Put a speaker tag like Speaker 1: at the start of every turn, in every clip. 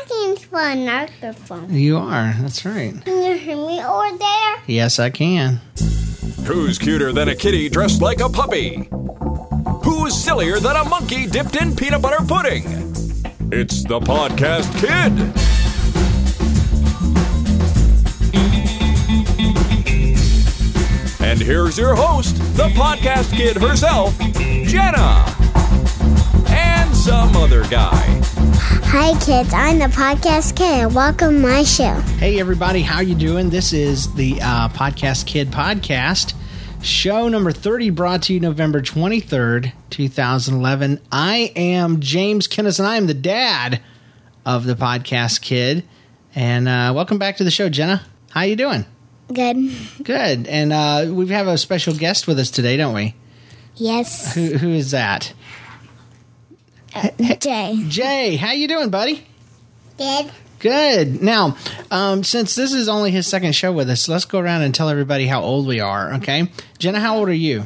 Speaker 1: a microphone.
Speaker 2: You are. That's right.
Speaker 1: Can you hear me over there?
Speaker 2: Yes, I can.
Speaker 3: Who's cuter than a kitty dressed like a puppy? Who's sillier than a monkey dipped in peanut butter pudding? It's the Podcast Kid. And here's your host, the Podcast Kid herself, Jenna. And some other guy.
Speaker 1: Hi, kids. I'm the podcast kid. Welcome to my show.
Speaker 2: Hey, everybody. How you doing? This is the uh, Podcast Kid podcast, show number 30, brought to you November 23rd, 2011. I am James Kinnis, and I am the dad of the Podcast Kid. And uh, welcome back to the show, Jenna. How you doing?
Speaker 1: Good.
Speaker 2: Good. And uh, we have a special guest with us today, don't we?
Speaker 1: Yes.
Speaker 2: Who, who is that?
Speaker 1: Jay.
Speaker 2: Jay, how you doing, buddy?
Speaker 1: Good.
Speaker 2: Good. Now, um, since this is only his second show with us, let's go around and tell everybody how old we are, okay? Jenna, how old are you?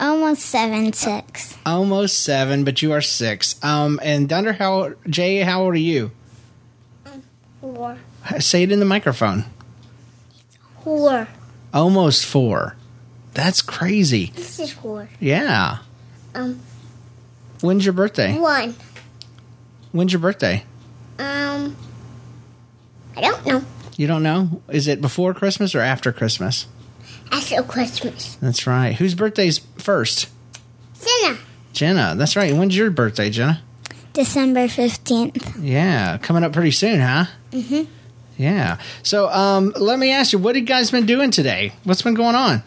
Speaker 1: Almost seven six.
Speaker 2: Almost seven, but you are six. Um, and Dunder, how Jay, how old are you?
Speaker 1: Four.
Speaker 2: Say it in the microphone.
Speaker 1: Four.
Speaker 2: Almost four. That's crazy.
Speaker 1: This is four.
Speaker 2: Yeah.
Speaker 1: Um.
Speaker 2: When's your birthday?
Speaker 1: One.
Speaker 2: When's your birthday?
Speaker 1: Um. I don't know.
Speaker 2: You don't know? Is it before Christmas or after Christmas?
Speaker 1: After Christmas.
Speaker 2: That's right. Whose birthday's first?
Speaker 1: Jenna.
Speaker 2: Jenna. That's right. When's your birthday, Jenna?
Speaker 1: December 15th.
Speaker 2: Yeah, coming up pretty soon, huh? Mm-hmm. Yeah. So, um, let me ask you, what have you guys been doing today? What's been going on?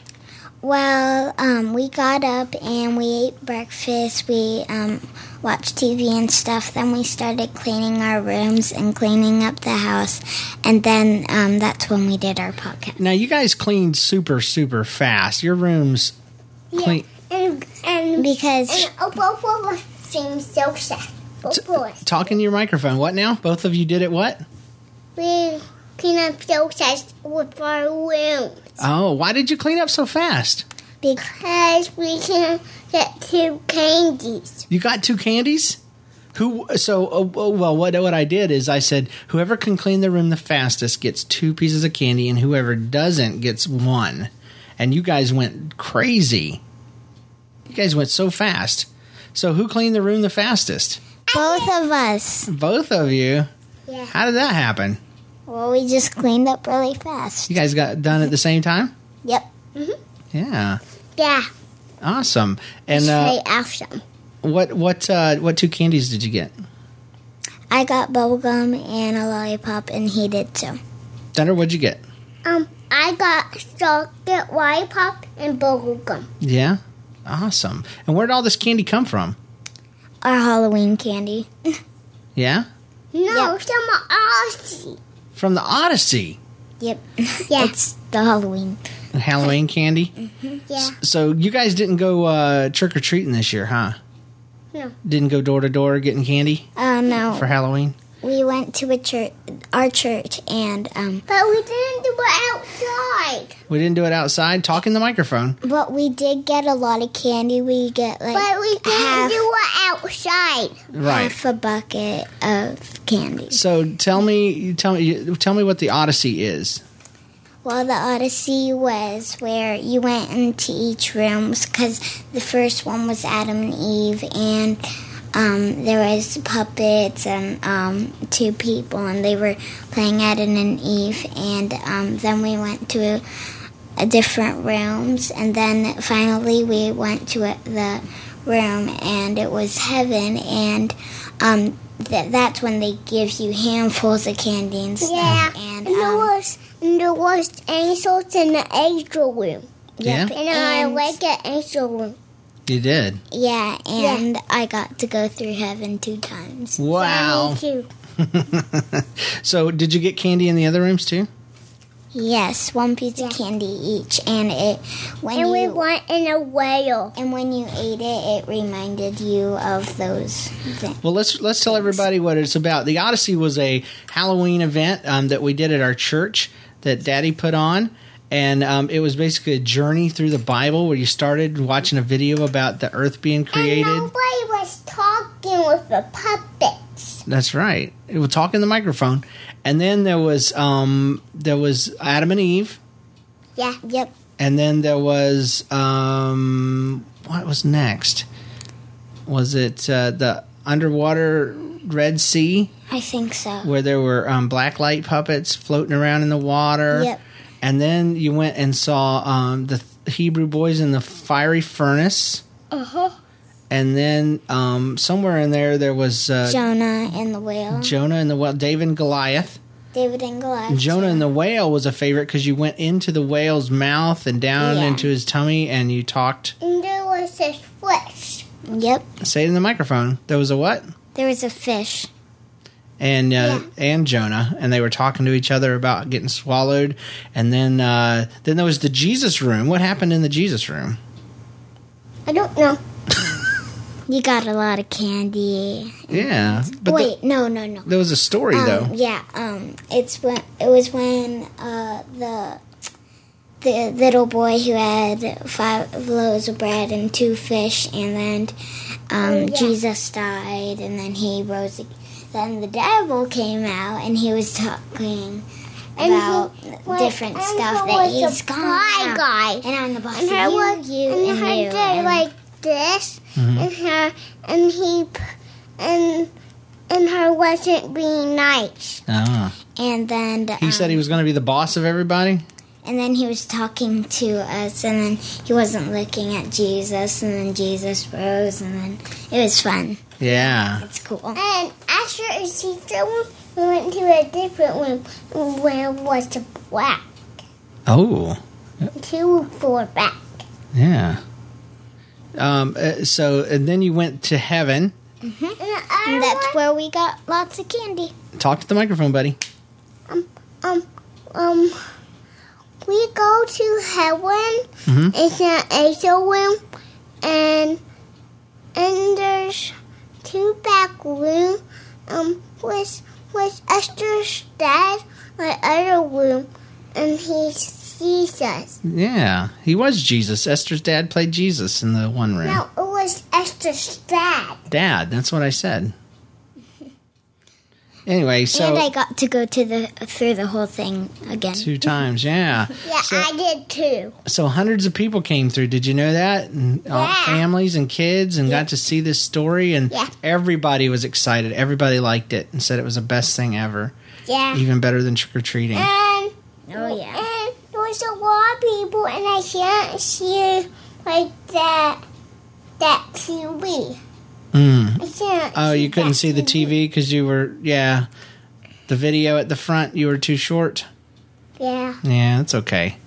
Speaker 1: Well, um, we got up and we ate breakfast. We um, watched TV and stuff. Then we started cleaning our rooms and cleaning up the house. And then um, that's when we did our podcast.
Speaker 2: Now, you guys cleaned super, super fast. Your rooms clean.
Speaker 4: And and
Speaker 1: Because
Speaker 4: and oh, both of us seem so sad. Both of us.
Speaker 2: Talking to your microphone. What now? Both of you did it. What?
Speaker 4: We clean up so sad with our room
Speaker 2: Oh, why did you clean up so fast?
Speaker 4: because we can get two candies.
Speaker 2: You got two candies. Who? So, oh, oh, well, what what I did is I said whoever can clean the room the fastest gets two pieces of candy, and whoever doesn't gets one. And you guys went crazy. You guys went so fast. So, who cleaned the room the fastest?
Speaker 1: both of us.
Speaker 2: Both of you.
Speaker 4: Yeah.
Speaker 2: How did that happen?
Speaker 1: Well, we just cleaned up really fast.
Speaker 2: You guys got done at the same time.
Speaker 1: Yep.
Speaker 2: Yeah.
Speaker 4: Mm-hmm. Yeah.
Speaker 2: Awesome. And uh,
Speaker 1: Right after.
Speaker 2: what what uh, what two candies did you get?
Speaker 1: I got bubblegum and a lollipop, and he did too.
Speaker 2: Thunder, what'd you get?
Speaker 4: Um, I got chocolate lollipop and bubble gum.
Speaker 2: Yeah. Awesome. And where'd all this candy come from?
Speaker 1: Our Halloween candy.
Speaker 2: Yeah.
Speaker 4: No, some Aussie.
Speaker 2: from the Odyssey.
Speaker 1: Yep.
Speaker 4: Yeah.
Speaker 1: It's the Halloween.
Speaker 2: Halloween candy.
Speaker 4: Yeah.
Speaker 2: So you guys didn't go uh, trick or treating this year, huh?
Speaker 4: No.
Speaker 2: Didn't go door to door getting candy
Speaker 1: Oh, no.
Speaker 2: for Halloween.
Speaker 1: We went to a church, our church, and um,
Speaker 4: But we didn't do it outside.
Speaker 2: We didn't do it outside. Talking the microphone.
Speaker 1: but we did get a lot of candy. We get like
Speaker 4: But we didn't
Speaker 1: half,
Speaker 4: do it outside.
Speaker 2: Right.
Speaker 4: uh,
Speaker 1: half a bucket of candy.
Speaker 2: So tell me, you tell me, you- tell me what the Odyssey is.
Speaker 1: Well, the Odyssey was where you went into each room because the first one was Adam and Eve, and um, there was puppets and um, two people, and they were playing Adam and Eve. And um, then we went to a, different rooms, and then finally we went to a, the room, and it was heaven, and um, th- that's when they give you handfuls of candy and stuff.
Speaker 4: Yeah. And
Speaker 1: And,
Speaker 4: there
Speaker 1: um,
Speaker 4: was and there was angels in the angel room.
Speaker 2: Yeah?
Speaker 4: And, I
Speaker 1: And-
Speaker 4: like the angel room.
Speaker 2: You did.
Speaker 1: Yeah, and I got to go through heaven two times.
Speaker 2: Wow.
Speaker 4: Me too.
Speaker 2: So did you get candy in the other rooms too?
Speaker 1: Yes, one piece of candy each, and it when
Speaker 4: And we
Speaker 1: you
Speaker 4: went in a whale.
Speaker 1: and when you ate it, it reminded you of those things.
Speaker 2: Well, let's let's tell everybody what it's about. The Odyssey was a Halloween event um, that we did at our church that Daddy put on, and um, it was basically a journey through the Bible where you started watching a video about the Earth being
Speaker 4: And
Speaker 2: created.
Speaker 4: nobody was talking. talking with the puppets.
Speaker 2: That's right. It would talk in the microphone. And then there was um there was Adam and Eve,
Speaker 1: Yeah. Yep.
Speaker 2: and then there was um what was next? Was it uh, the underwater Red Sea
Speaker 1: I think so.
Speaker 2: where there were um, black light puppets floating around in the water?
Speaker 1: Yep.
Speaker 2: And then you went and saw um, the th- Hebrew boys in the fiery furnace.
Speaker 1: Uh huh.
Speaker 2: And then um, somewhere in there, there was uh,
Speaker 1: Jonah and the whale.
Speaker 2: Jonah and the well, David and Goliath.
Speaker 1: David and Goliath.
Speaker 2: Jonah and the whale was a favorite because you went into the whale's mouth and down
Speaker 1: Yeah.
Speaker 2: into his tummy and you talked.
Speaker 4: And there was this fish.
Speaker 1: Yep.
Speaker 2: Say it in the microphone. There was a what?
Speaker 1: There was a fish.
Speaker 2: And uh,
Speaker 1: Yeah.
Speaker 2: and Jonah and they were talking to each other about getting swallowed. And then uh, then there was the Jesus room. What happened in the Jesus room?
Speaker 4: I don't know.
Speaker 1: You got a lot of candy.
Speaker 2: Yeah, but the-
Speaker 1: Wait, no, no, no.
Speaker 2: there was a story
Speaker 1: Um,
Speaker 2: though.
Speaker 1: yeah, um, it's when it was when uh, the the little boy who had five loaves of bread and two fish, and then um,
Speaker 4: Oh,
Speaker 1: Jesus died, and then he rose. ag- Then the devil came out, and he was talking
Speaker 4: And
Speaker 1: about
Speaker 4: he went-
Speaker 1: different
Speaker 4: and
Speaker 1: stuff
Speaker 4: he
Speaker 1: that
Speaker 4: was
Speaker 1: he's
Speaker 4: a
Speaker 1: gone.
Speaker 4: pie
Speaker 1: out.
Speaker 4: guy.
Speaker 1: And I'm the boss
Speaker 4: and her
Speaker 1: of you,
Speaker 4: was
Speaker 1: you, and,
Speaker 4: and her
Speaker 1: you.
Speaker 4: did
Speaker 1: and-
Speaker 4: like this, and her and he p- and and her wasn't being nice.
Speaker 2: Ah.
Speaker 1: and then
Speaker 2: He said he was going to be the boss of everybody.
Speaker 1: And then he was talking to us, and then he wasn't looking at Jesus, and then Jesus rose, and then it was fun.
Speaker 2: Yeah,
Speaker 1: It's cool.
Speaker 4: And after a teacher room, we went to a different room where was a black
Speaker 2: Oh,
Speaker 4: two four back.
Speaker 2: yeah. Um, uh, so, and then you went to heaven.
Speaker 4: And, I
Speaker 1: And that's
Speaker 4: want-
Speaker 1: where we got lots of candy.
Speaker 2: Talk to the microphone, buddy.
Speaker 4: um um we go to heaven.
Speaker 2: Mhm.
Speaker 4: It's an angel room and and there's two back room um with with Esther's dad my other room and he sees us.
Speaker 2: Mm. Yeah, he was Jesus. Esther's dad played Jesus in the one room.
Speaker 4: No, Oh, it was Esther's dad.
Speaker 2: Dad, that's what I said. Anyway,
Speaker 1: and I
Speaker 2: so
Speaker 1: got to go to the through the whole thing again.
Speaker 2: two times, yeah.
Speaker 4: Yeah,
Speaker 2: So-
Speaker 4: I did too.
Speaker 2: So hundreds of people came through. Did you know that? And all
Speaker 4: Yeah.
Speaker 2: families and kids and got to see this story and
Speaker 4: Yeah.
Speaker 2: everybody was excited. Everybody liked it and said it was the best thing ever,
Speaker 4: Yeah.
Speaker 2: even better than trick or treating.
Speaker 4: And
Speaker 1: Oh yeah.
Speaker 4: And there was a lot of people, and I can't see like that that TV.
Speaker 2: Mm.
Speaker 4: I can't.
Speaker 2: Oh,
Speaker 4: see
Speaker 2: you couldn't
Speaker 4: that
Speaker 2: see the TV because you were yeah. The video at the front, you were too short.
Speaker 4: Yeah.
Speaker 2: Yeah, that's okay.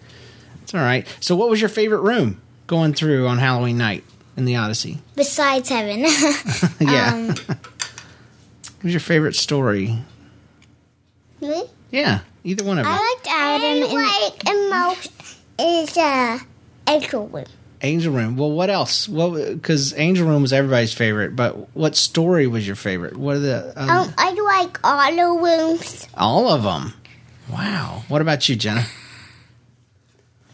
Speaker 2: It's all right. So, what was your favorite room going through on Halloween night in the Odyssey?
Speaker 1: Besides heaven,
Speaker 2: yeah. what was your favorite story?
Speaker 4: Me?
Speaker 2: Yeah, either one of them.
Speaker 4: I liked Adam. I like and most is uh, Angel Room.
Speaker 2: Angel Room. Well, what else? What? Because Angel Room was everybody's favorite, but what story was your favorite? What are the um,
Speaker 4: Um, I like all the rooms.
Speaker 2: all of them? Wow. What about you, Jenna?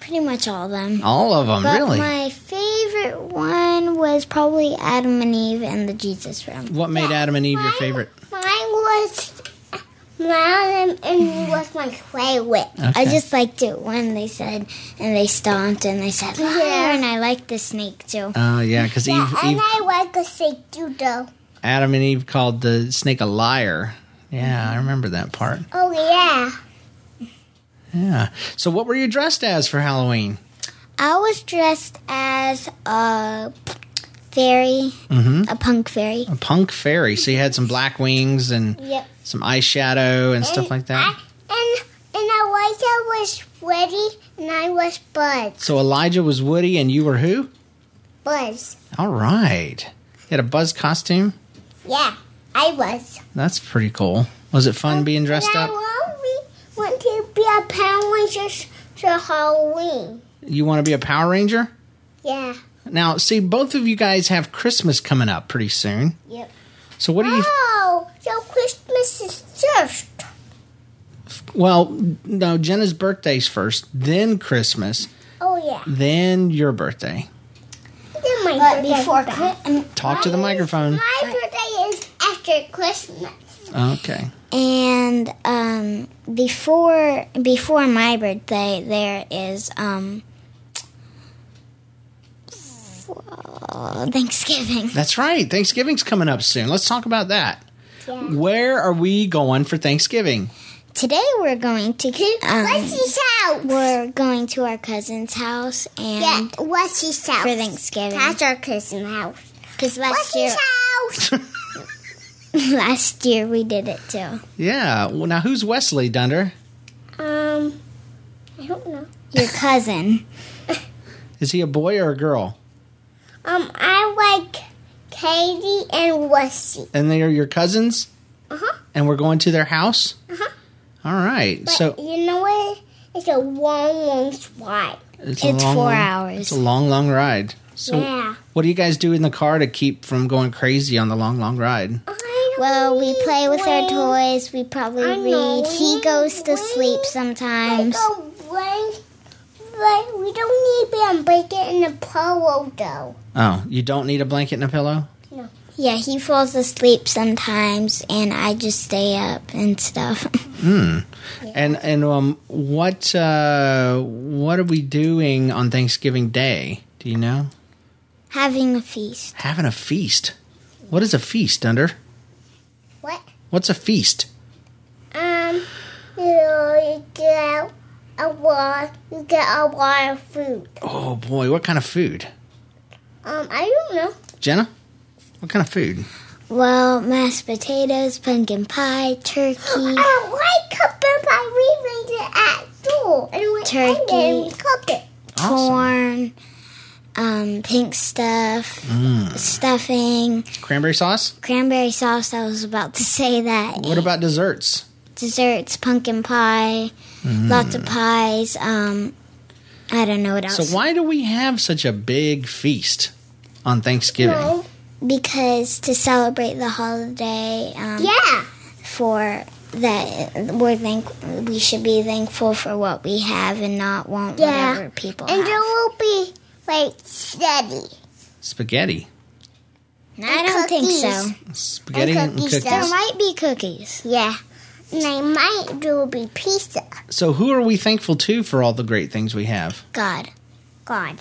Speaker 1: pretty much all of them.
Speaker 2: All of them,
Speaker 1: But
Speaker 2: really?
Speaker 1: my favorite one was probably Adam and Eve and the Jesus room.
Speaker 2: what made Adam and Eve your
Speaker 4: Mine-
Speaker 2: favorite?
Speaker 4: Mine was mine and was my favorite.
Speaker 1: I
Speaker 2: Okay.
Speaker 1: just liked it when they said, and they stomped and they said, yeah. and I liked the snake too.
Speaker 2: Oh yeah, because Eve,
Speaker 4: And
Speaker 2: Eve,
Speaker 4: I like a snake too, though.
Speaker 2: Adam and Eve called the snake a liar. Yeah, I remember that part.
Speaker 4: Oh yeah.
Speaker 2: Yeah. So, what were you dressed as for Halloween?
Speaker 1: I was dressed as a fairy, a punk fairy.
Speaker 2: A punk fairy. So you had some black wings and
Speaker 4: Yep.
Speaker 2: some eyeshadow and
Speaker 4: And
Speaker 2: stuff like that.
Speaker 4: I, and and Elijah was Woody and I was Buzz.
Speaker 2: so Elijah was Woody, and you were who?
Speaker 4: Buzz.
Speaker 2: All right. You had a buzz costume.
Speaker 4: Yeah, I was.
Speaker 2: That's pretty cool. Was it fun being dressed
Speaker 4: and I
Speaker 2: up?
Speaker 4: really want to be a Power Rangers for Halloween.
Speaker 2: You want to be a Power Ranger?
Speaker 4: Yeah.
Speaker 2: Now, see, both of you guys have Christmas coming up pretty soon.
Speaker 4: Yep.
Speaker 2: So what do you?
Speaker 4: Oh, so Christmas is just.
Speaker 2: Well, no, Jenna's birthday's first, then Christmas,
Speaker 4: Oh yeah.
Speaker 2: then your birthday.
Speaker 4: Then my
Speaker 1: But
Speaker 4: birthday
Speaker 1: before
Speaker 4: back.
Speaker 1: Chri- um,
Speaker 2: Talk to the microphone.
Speaker 4: My birthday after Christmas.
Speaker 2: Okay.
Speaker 1: And um, before before my birthday, there is um, Thanksgiving.
Speaker 2: That's right. Thanksgiving's coming up soon. Let's talk about that. Where are we going for Thanksgiving?
Speaker 1: Today we're going to
Speaker 4: What's
Speaker 1: um,
Speaker 4: his house?
Speaker 1: we're going to our cousin's house and
Speaker 4: yeah, what's his house?
Speaker 1: for Thanksgiving
Speaker 4: That's our Christmas house.
Speaker 1: because
Speaker 4: What's
Speaker 1: last year
Speaker 4: his house?
Speaker 1: last year we did it too.
Speaker 2: Yeah. Well, now who's Wesley Dunder?
Speaker 4: um, I don't know.
Speaker 1: Your cousin.
Speaker 2: Is he a boy or a girl?
Speaker 4: Um, I like Katie and Wesley.
Speaker 2: And they are your cousins,
Speaker 4: Uh huh.
Speaker 2: and we're going to their house.
Speaker 4: Uh-huh.
Speaker 2: All right.
Speaker 4: But
Speaker 2: so
Speaker 4: you know what? It's a long, long ride.
Speaker 2: it's,
Speaker 1: It's
Speaker 2: long,
Speaker 1: four
Speaker 2: long-
Speaker 1: hours.
Speaker 2: It's a long, long ride. So
Speaker 4: Yeah.
Speaker 2: what do you guys do in the car to keep from going crazy on the long, long ride?
Speaker 1: Uh,
Speaker 4: I don't
Speaker 1: Well, we play with our
Speaker 4: wait.
Speaker 1: toys. We probably
Speaker 4: I know.
Speaker 1: read. He goes to
Speaker 4: Wait.
Speaker 1: sleep
Speaker 4: Like
Speaker 1: sometimes.
Speaker 4: a rain, but we don't need to break it in a pillow though.
Speaker 2: Oh, you don't need a blanket and a pillow.
Speaker 1: Yeah, he falls asleep sometimes, and I just stay up and stuff.
Speaker 2: And and um, what uh, what are we doing on Thanksgiving Day? Do you know?
Speaker 1: Having a feast.
Speaker 2: Having a feast. What is a feast, Dunder?
Speaker 4: What?
Speaker 2: What's a feast?
Speaker 4: Um, you, know, you get a lot. You get a lot of food.
Speaker 2: Oh boy, what kind of food?
Speaker 4: Um, I don't know.
Speaker 2: Jenna, what kind of food?
Speaker 1: Well, mashed potatoes, pumpkin pie, turkey.
Speaker 4: I like cup and pie. We made it at school, and we
Speaker 1: Turkey.
Speaker 4: and we cooked it.
Speaker 1: corn, um, pink stuff, stuffing,
Speaker 2: Cranberry sauce?
Speaker 1: cranberry sauce. I was about to say that.
Speaker 2: What about desserts?
Speaker 1: Desserts, pumpkin pie, lots of pies. Um, I don't know what else.
Speaker 2: Mm. So why do we have such a big feast on Thanksgiving?
Speaker 4: No.
Speaker 1: Because to celebrate the holiday, um,
Speaker 4: Yeah.
Speaker 1: for that we're thank we should be thankful for what we have and not want
Speaker 4: Yeah.
Speaker 1: whatever people
Speaker 4: And there
Speaker 1: have.
Speaker 4: will be like steady.
Speaker 2: Spaghetti.
Speaker 1: I don't think so.
Speaker 4: cookies.
Speaker 2: Spaghetti and
Speaker 4: cookies,
Speaker 2: cookies.
Speaker 1: There
Speaker 4: Yes.
Speaker 1: might be cookies.
Speaker 4: Yeah. And I might there will be pizza.
Speaker 2: So who are we thankful to for all the great things we have?
Speaker 1: God,
Speaker 4: God.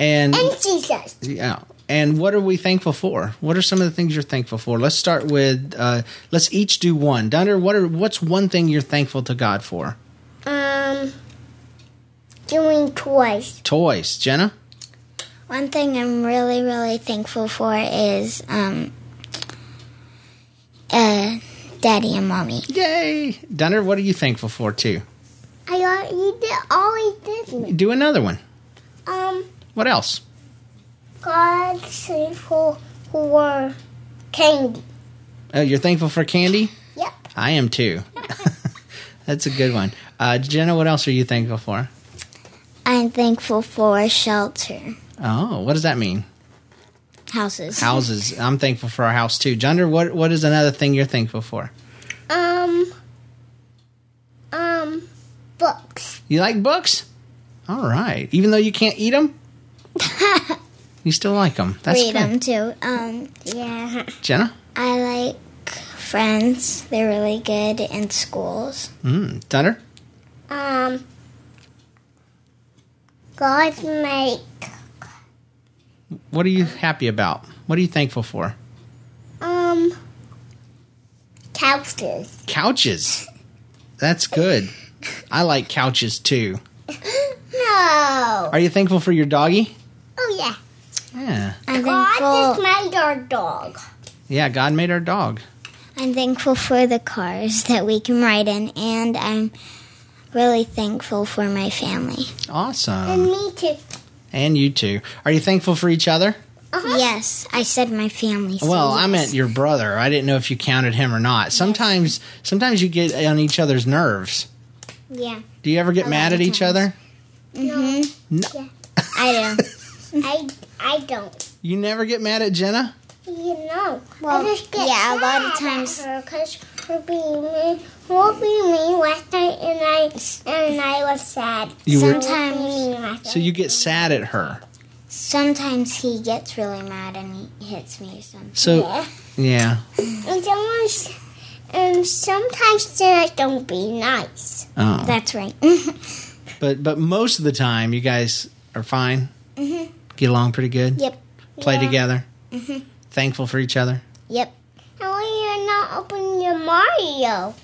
Speaker 2: And
Speaker 4: And Jesus.
Speaker 2: yeah. And what are we thankful for? What are some of the things you're thankful for? Let's start with uh, let's each do one. Dunder, what are what's one thing you're thankful to God for?
Speaker 4: Um, doing toys.
Speaker 2: Toys. Jenna?
Speaker 1: one thing I'm really really thankful for is um, uh, Daddy and Mommy.
Speaker 2: Yay. Dunder, what are you thankful for too?
Speaker 4: I already did always did.
Speaker 2: Do another one.
Speaker 4: Um,
Speaker 2: What else?
Speaker 4: God save for for candy.
Speaker 2: Oh, you're thankful for candy?
Speaker 4: Yep.
Speaker 2: I am too. That's a good one. Uh, Jenna, what else are you thankful for?
Speaker 1: I'm thankful for shelter
Speaker 2: Oh, what does that mean?
Speaker 1: houses.
Speaker 2: Houses. I'm thankful for our house too. Dunder, what what is another thing you're thankful for?
Speaker 4: Um. Um. Books.
Speaker 2: You like books? All right. Even though you can't eat them, you still like them. That's
Speaker 1: Read
Speaker 2: good.
Speaker 1: them too. Um,
Speaker 4: Yeah.
Speaker 2: Jenna.
Speaker 1: I like friends. They're really good in schools.
Speaker 2: Mm. Dunder.
Speaker 4: Um. God make
Speaker 2: What are you happy about? What are you thankful for?
Speaker 4: um couches.
Speaker 2: Couches. That's good. I like couches too.
Speaker 4: No.
Speaker 2: Are you thankful for your doggy?
Speaker 4: Oh yeah.
Speaker 2: Yeah.
Speaker 1: I'm
Speaker 4: God just
Speaker 1: thankful.
Speaker 4: made our dog.
Speaker 2: Yeah, God made our dog.
Speaker 1: I'm thankful for the cars that we can ride in, and I'm really thankful for my family.
Speaker 2: Awesome.
Speaker 4: And me too.
Speaker 2: And you too. Are you thankful for each other?
Speaker 4: Uh-huh.
Speaker 1: Yes, I said my family. so
Speaker 2: Well, I
Speaker 1: yes.
Speaker 2: meant your brother. I didn't know if you counted him or not. Sometimes sometimes you get on each other's nerves.
Speaker 4: Yeah.
Speaker 2: Do you ever get mad
Speaker 1: lot
Speaker 2: at
Speaker 1: of
Speaker 2: each
Speaker 1: times.
Speaker 2: other? Mm-hmm.
Speaker 1: I do.
Speaker 4: I I don't.
Speaker 2: You never get mad at Jenna?
Speaker 4: You know.
Speaker 1: Well,
Speaker 4: I just get
Speaker 1: yeah, a lot of
Speaker 4: sad
Speaker 1: times-
Speaker 4: at her because her being mean, her being mean last night, and I and I was sad.
Speaker 2: You were-
Speaker 4: Sometimes. Being mean last
Speaker 2: So you get sad at her.
Speaker 1: sometimes he gets really mad and he hits me or something.
Speaker 2: So, yeah.
Speaker 4: And someone's, and sometimes they don't be nice.
Speaker 2: Oh.
Speaker 1: That's right.
Speaker 2: But but most of the time, you guys are fine. Get along pretty good.
Speaker 1: yep.
Speaker 2: Play
Speaker 4: Yeah.
Speaker 2: together. Thankful for each other.
Speaker 1: Yep.
Speaker 4: How are you not opening your Mario?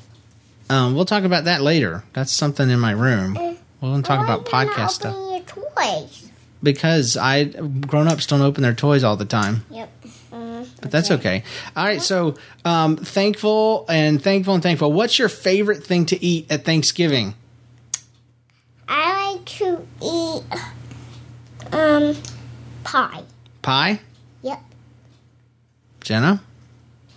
Speaker 2: Um, we'll talk about that later. That's something in my room. We're gonna talk
Speaker 4: Why
Speaker 2: about
Speaker 4: you not
Speaker 2: podcast stuff
Speaker 4: opening Your toys.
Speaker 2: because I grown ups don't open their toys all the time.
Speaker 1: Yep.
Speaker 2: But that's okay. All right. So um, thankful and thankful and thankful. What's your favorite thing to eat at Thanksgiving?
Speaker 4: I like to eat um pie.
Speaker 2: Pie,
Speaker 4: Yep.
Speaker 2: Jenna.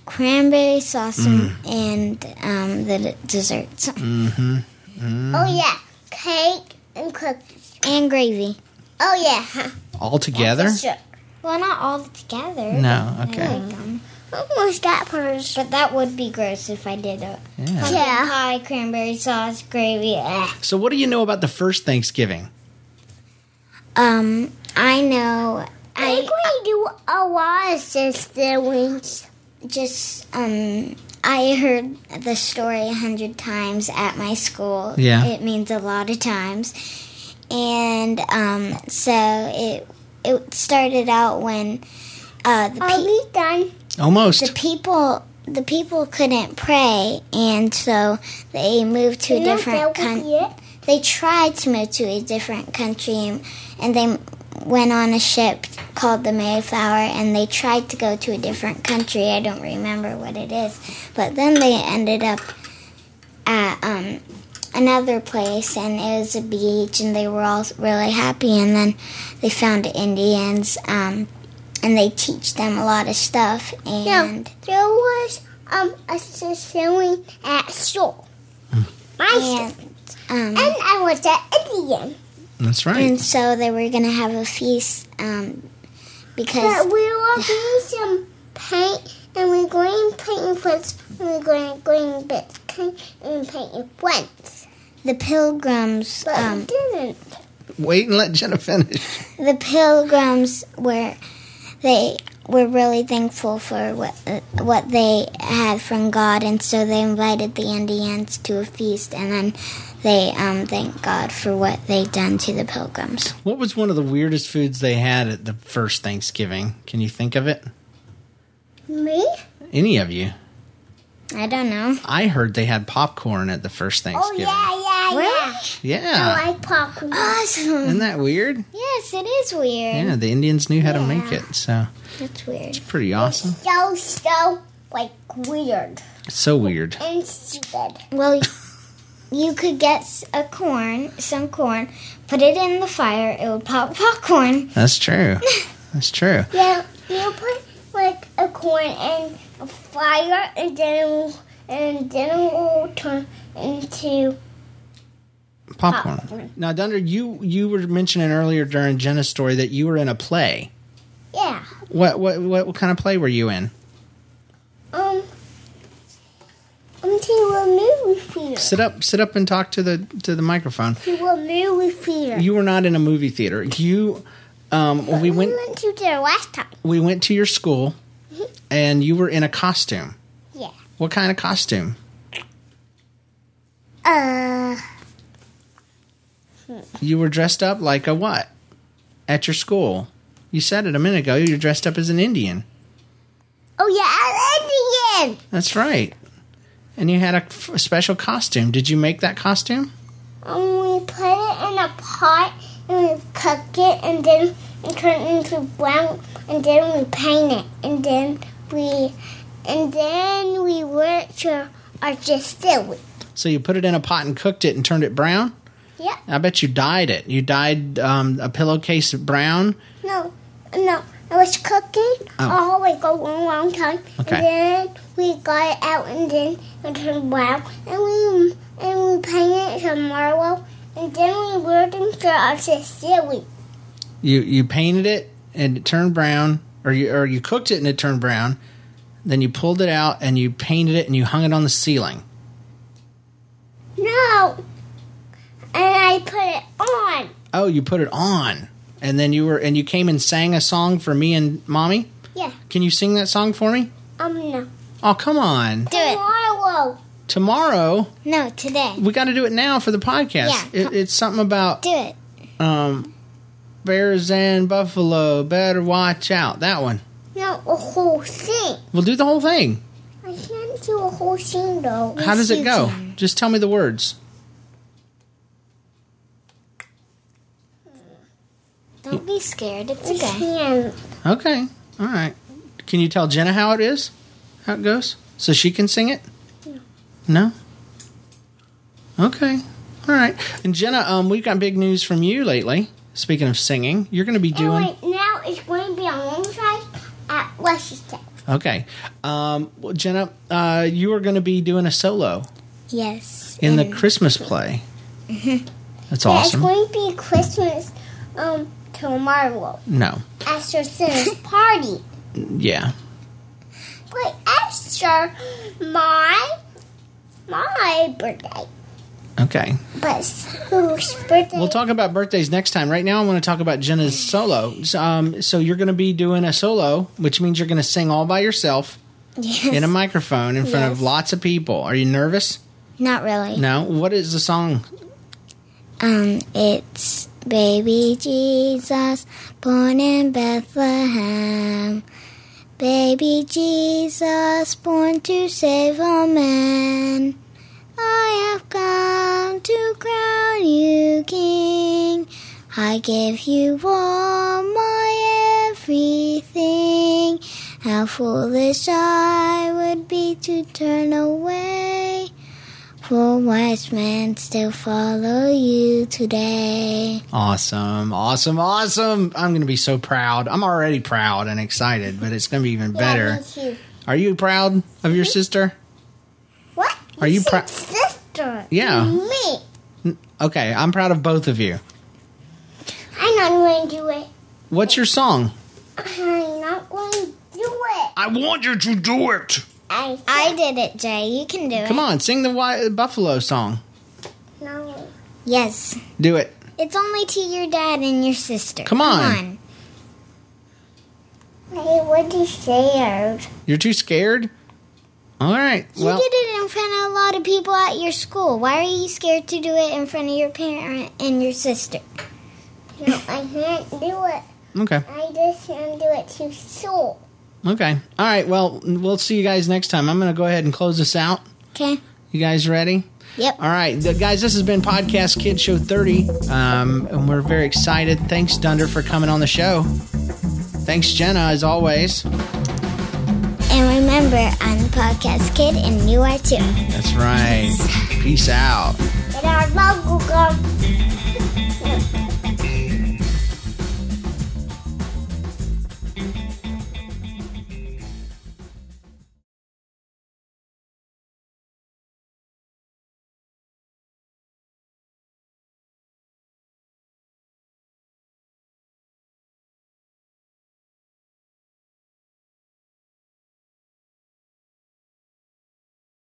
Speaker 1: Cranberry sauce and- and um, the d- desserts
Speaker 4: Oh yeah, cake and cookies.
Speaker 1: and gravy.
Speaker 4: Oh yeah.
Speaker 2: All together?
Speaker 4: Sure.
Speaker 1: Well, not all together.
Speaker 2: No.
Speaker 1: I
Speaker 2: Okay.
Speaker 1: like 'em.
Speaker 4: Almost that person.
Speaker 1: But that would be gross if I did it.
Speaker 2: Yeah.
Speaker 4: Yeah.
Speaker 1: Pie, cranberry sauce, gravy. eh.
Speaker 2: So what do you know about the first Thanksgiving?
Speaker 1: Um, I know.
Speaker 4: I
Speaker 1: I
Speaker 4: think we do a lot of sister wings.
Speaker 1: just um I heard the story a hundred times at my school.
Speaker 2: Yeah.
Speaker 1: it means a lot of times, and um, so it it started out when uh, the
Speaker 4: Are
Speaker 1: pe-
Speaker 4: we done?
Speaker 1: the
Speaker 2: Almost.
Speaker 1: people the people couldn't pray, and so they moved to a different country they tried to move to a different country and, and they went on a ship called the Mayflower and they tried to go to a different country. I don't remember what it is. But then they ended up at um, another place and it was a beach and they were all really happy and then they found Indians um, and they teach them a lot of stuff and
Speaker 4: There was um a sister wing at school. My
Speaker 1: and
Speaker 4: sister.
Speaker 1: um,
Speaker 4: And I was an Indian.
Speaker 2: That's right.
Speaker 1: and so they were gonna have a feast um, because
Speaker 4: But we were doing some paint and we're going painting first and we're going going bits paint and painting once.
Speaker 1: the pilgrims
Speaker 4: But we
Speaker 1: um,
Speaker 4: didn't.
Speaker 2: Wait and let Jenna finish.
Speaker 1: the pilgrims were they were really thankful for what uh, what they had from God, and so they invited the Indians to a feast, and then they um, thanked God for what they done to the pilgrims.
Speaker 2: What was one of the weirdest foods they had at the first Thanksgiving? Can you think of it?
Speaker 4: Me?
Speaker 2: Any of you?
Speaker 1: I don't know.
Speaker 2: I heard they had popcorn at the first
Speaker 4: Oh
Speaker 2: Thanksgiving.
Speaker 4: yeah, yeah, yeah.
Speaker 2: yeah.
Speaker 4: I like popcorn.
Speaker 1: Awesome.
Speaker 2: Isn't that weird?
Speaker 1: Yes, it is weird.
Speaker 2: Yeah, the Indians knew how to make it. So
Speaker 1: That's weird.
Speaker 2: pretty awesome.
Speaker 4: so so like weird
Speaker 2: So weird.
Speaker 4: and stupid.
Speaker 1: Well, you could get s- a corn, some corn, put it in the fire. It would pop popcorn.
Speaker 2: That's true. That's true.
Speaker 4: Yeah, you put like a corn and a fire, and then it will, and then it will turn into
Speaker 2: Popcorn. Now, Dunder, you you were mentioning earlier during Jenna's story that you were in a play.
Speaker 4: yeah.
Speaker 2: What what what, what kind of play were you in?
Speaker 4: Um, um, to a movie theater.
Speaker 2: Sit up, sit up, and talk to the to the microphone.
Speaker 4: To a movie theater.
Speaker 2: You were not in a movie theater. You um, we went
Speaker 4: We went to there last time.
Speaker 2: we went to your school, and you were in a costume.
Speaker 4: Yeah.
Speaker 2: What kind of costume?
Speaker 4: Uh,
Speaker 2: You were dressed up like a what? At your school. You said it a minute ago. You're dressed up as an Indian.
Speaker 4: oh yeah, an Indian.
Speaker 2: That's right. And you had a, f- a special costume. Did you make that costume?
Speaker 4: Um, we put it in a pot and we cook it, and then we turn it into brown, and then we paint it, and then we, and then we work to our distillery.
Speaker 2: So you put it in a pot and cooked it and turned it brown?
Speaker 4: Yep.
Speaker 2: I bet you dyed it. You dyed um, a pillowcase brown.
Speaker 4: No, no. I was cooking
Speaker 2: Oh.
Speaker 4: all like a long, long time,
Speaker 2: Okay.
Speaker 4: and then we got it out, and then it turned brown, and we and we painted it tomorrow, and then we worked into our distillery.
Speaker 2: You you painted it and it turned brown, or you or you cooked it and it turned brown. Then you pulled it out and you painted it and you hung it on the ceiling.
Speaker 4: No. And I put it on.
Speaker 2: Oh, you put it on. And then you were and you came and sang a song for me and mommy.
Speaker 4: Yeah.
Speaker 2: Can you sing that song for me?
Speaker 4: Um, no.
Speaker 2: Oh, come on.
Speaker 1: Do it.
Speaker 4: Tomorrow.
Speaker 2: Tomorrow,
Speaker 1: No, today.
Speaker 2: we got to do it now for the podcast.
Speaker 1: Yeah.
Speaker 2: It, it's something about
Speaker 1: Do it.
Speaker 2: um bears and buffalo. Better watch out. That one.
Speaker 4: No, a whole thing.
Speaker 2: We'll do the whole thing.
Speaker 4: I can't do a whole thing though.
Speaker 2: How does it
Speaker 1: you
Speaker 2: go?
Speaker 1: can.
Speaker 2: Just tell me the words.
Speaker 1: Don't be scared. It's
Speaker 4: I
Speaker 1: okay.
Speaker 4: can't.
Speaker 2: Okay. All right. Can you tell Jenna how it is? How it goes? So she can sing it? No. Okay. All right. And Jenna, um, we've got big news from you lately. Speaking of singing, you're going to be doing.
Speaker 4: Anyway, now it's going to be a long drive at Washington.
Speaker 2: Okay. Um, well, Jenna, uh, you are going to be doing a solo
Speaker 1: Yes.
Speaker 2: in the Christmas play. That's awesome.
Speaker 4: Yeah, it's going to be Christmas um tomorrow
Speaker 2: No.
Speaker 4: at your sister's party.
Speaker 2: Yeah.
Speaker 4: But after my my birthday,
Speaker 2: Okay.
Speaker 4: but whose birthday?
Speaker 2: We'll talk about birthdays next time. Right now, I want to talk about Jenna's solo. So, Um, so you're going to be doing a solo, which means you're going to sing all by yourself
Speaker 1: Yes.
Speaker 2: in a microphone in front of
Speaker 1: Yes.
Speaker 2: lots of people. Are you nervous?
Speaker 1: Not really.
Speaker 2: No. What is the song?
Speaker 1: Um, it's baby Jesus born in Bethlehem. Baby Jesus born to save all men. I have come to crown you king. I give you all my everything. How foolish I would be to turn away. For wise men still follow you today.
Speaker 2: Awesome, awesome, awesome! I'm going to be so proud. I'm already proud and excited, but it's going to be even better. Are you proud of your sister?
Speaker 4: What?
Speaker 2: Are you Uh-huh.
Speaker 4: said
Speaker 2: prou-
Speaker 4: sister?
Speaker 2: Yeah.
Speaker 4: Me.
Speaker 2: Okay, I'm proud of both of you.
Speaker 4: I'm not going to do it.
Speaker 2: What's your song?
Speaker 4: I'm not going to do it.
Speaker 2: I want you to do it.
Speaker 4: I
Speaker 1: I did it, Jay. You can do
Speaker 2: Come
Speaker 1: it.
Speaker 2: on, sing the Wi- Buffalo song.
Speaker 4: no.
Speaker 1: Yes.
Speaker 2: Do it.
Speaker 1: It's only to your dad and your sister.
Speaker 2: Come on.
Speaker 4: I would be scared.
Speaker 2: You're too scared? All right.
Speaker 1: You
Speaker 2: Well,
Speaker 1: did it in front of a lot of people at your school. Why are you scared to do it in front of your parent and your sister?
Speaker 4: No, I can't do it.
Speaker 2: okay.
Speaker 4: I just can't do it too soon.
Speaker 2: Okay. All right. Well, we'll see you guys next time. I'm going to go ahead and close this out.
Speaker 1: Okay?
Speaker 2: You guys ready?
Speaker 1: Yep.
Speaker 2: All right. The, guys, this has been Podcast Kid Show 30. Um, and we're very excited. Thanks, Dunder, for coming on the show. Thanks, Jenna, as always.
Speaker 1: And remember, I'm the podcast kid, and you are too.
Speaker 2: That's right. Peace out.
Speaker 4: And our mom will go.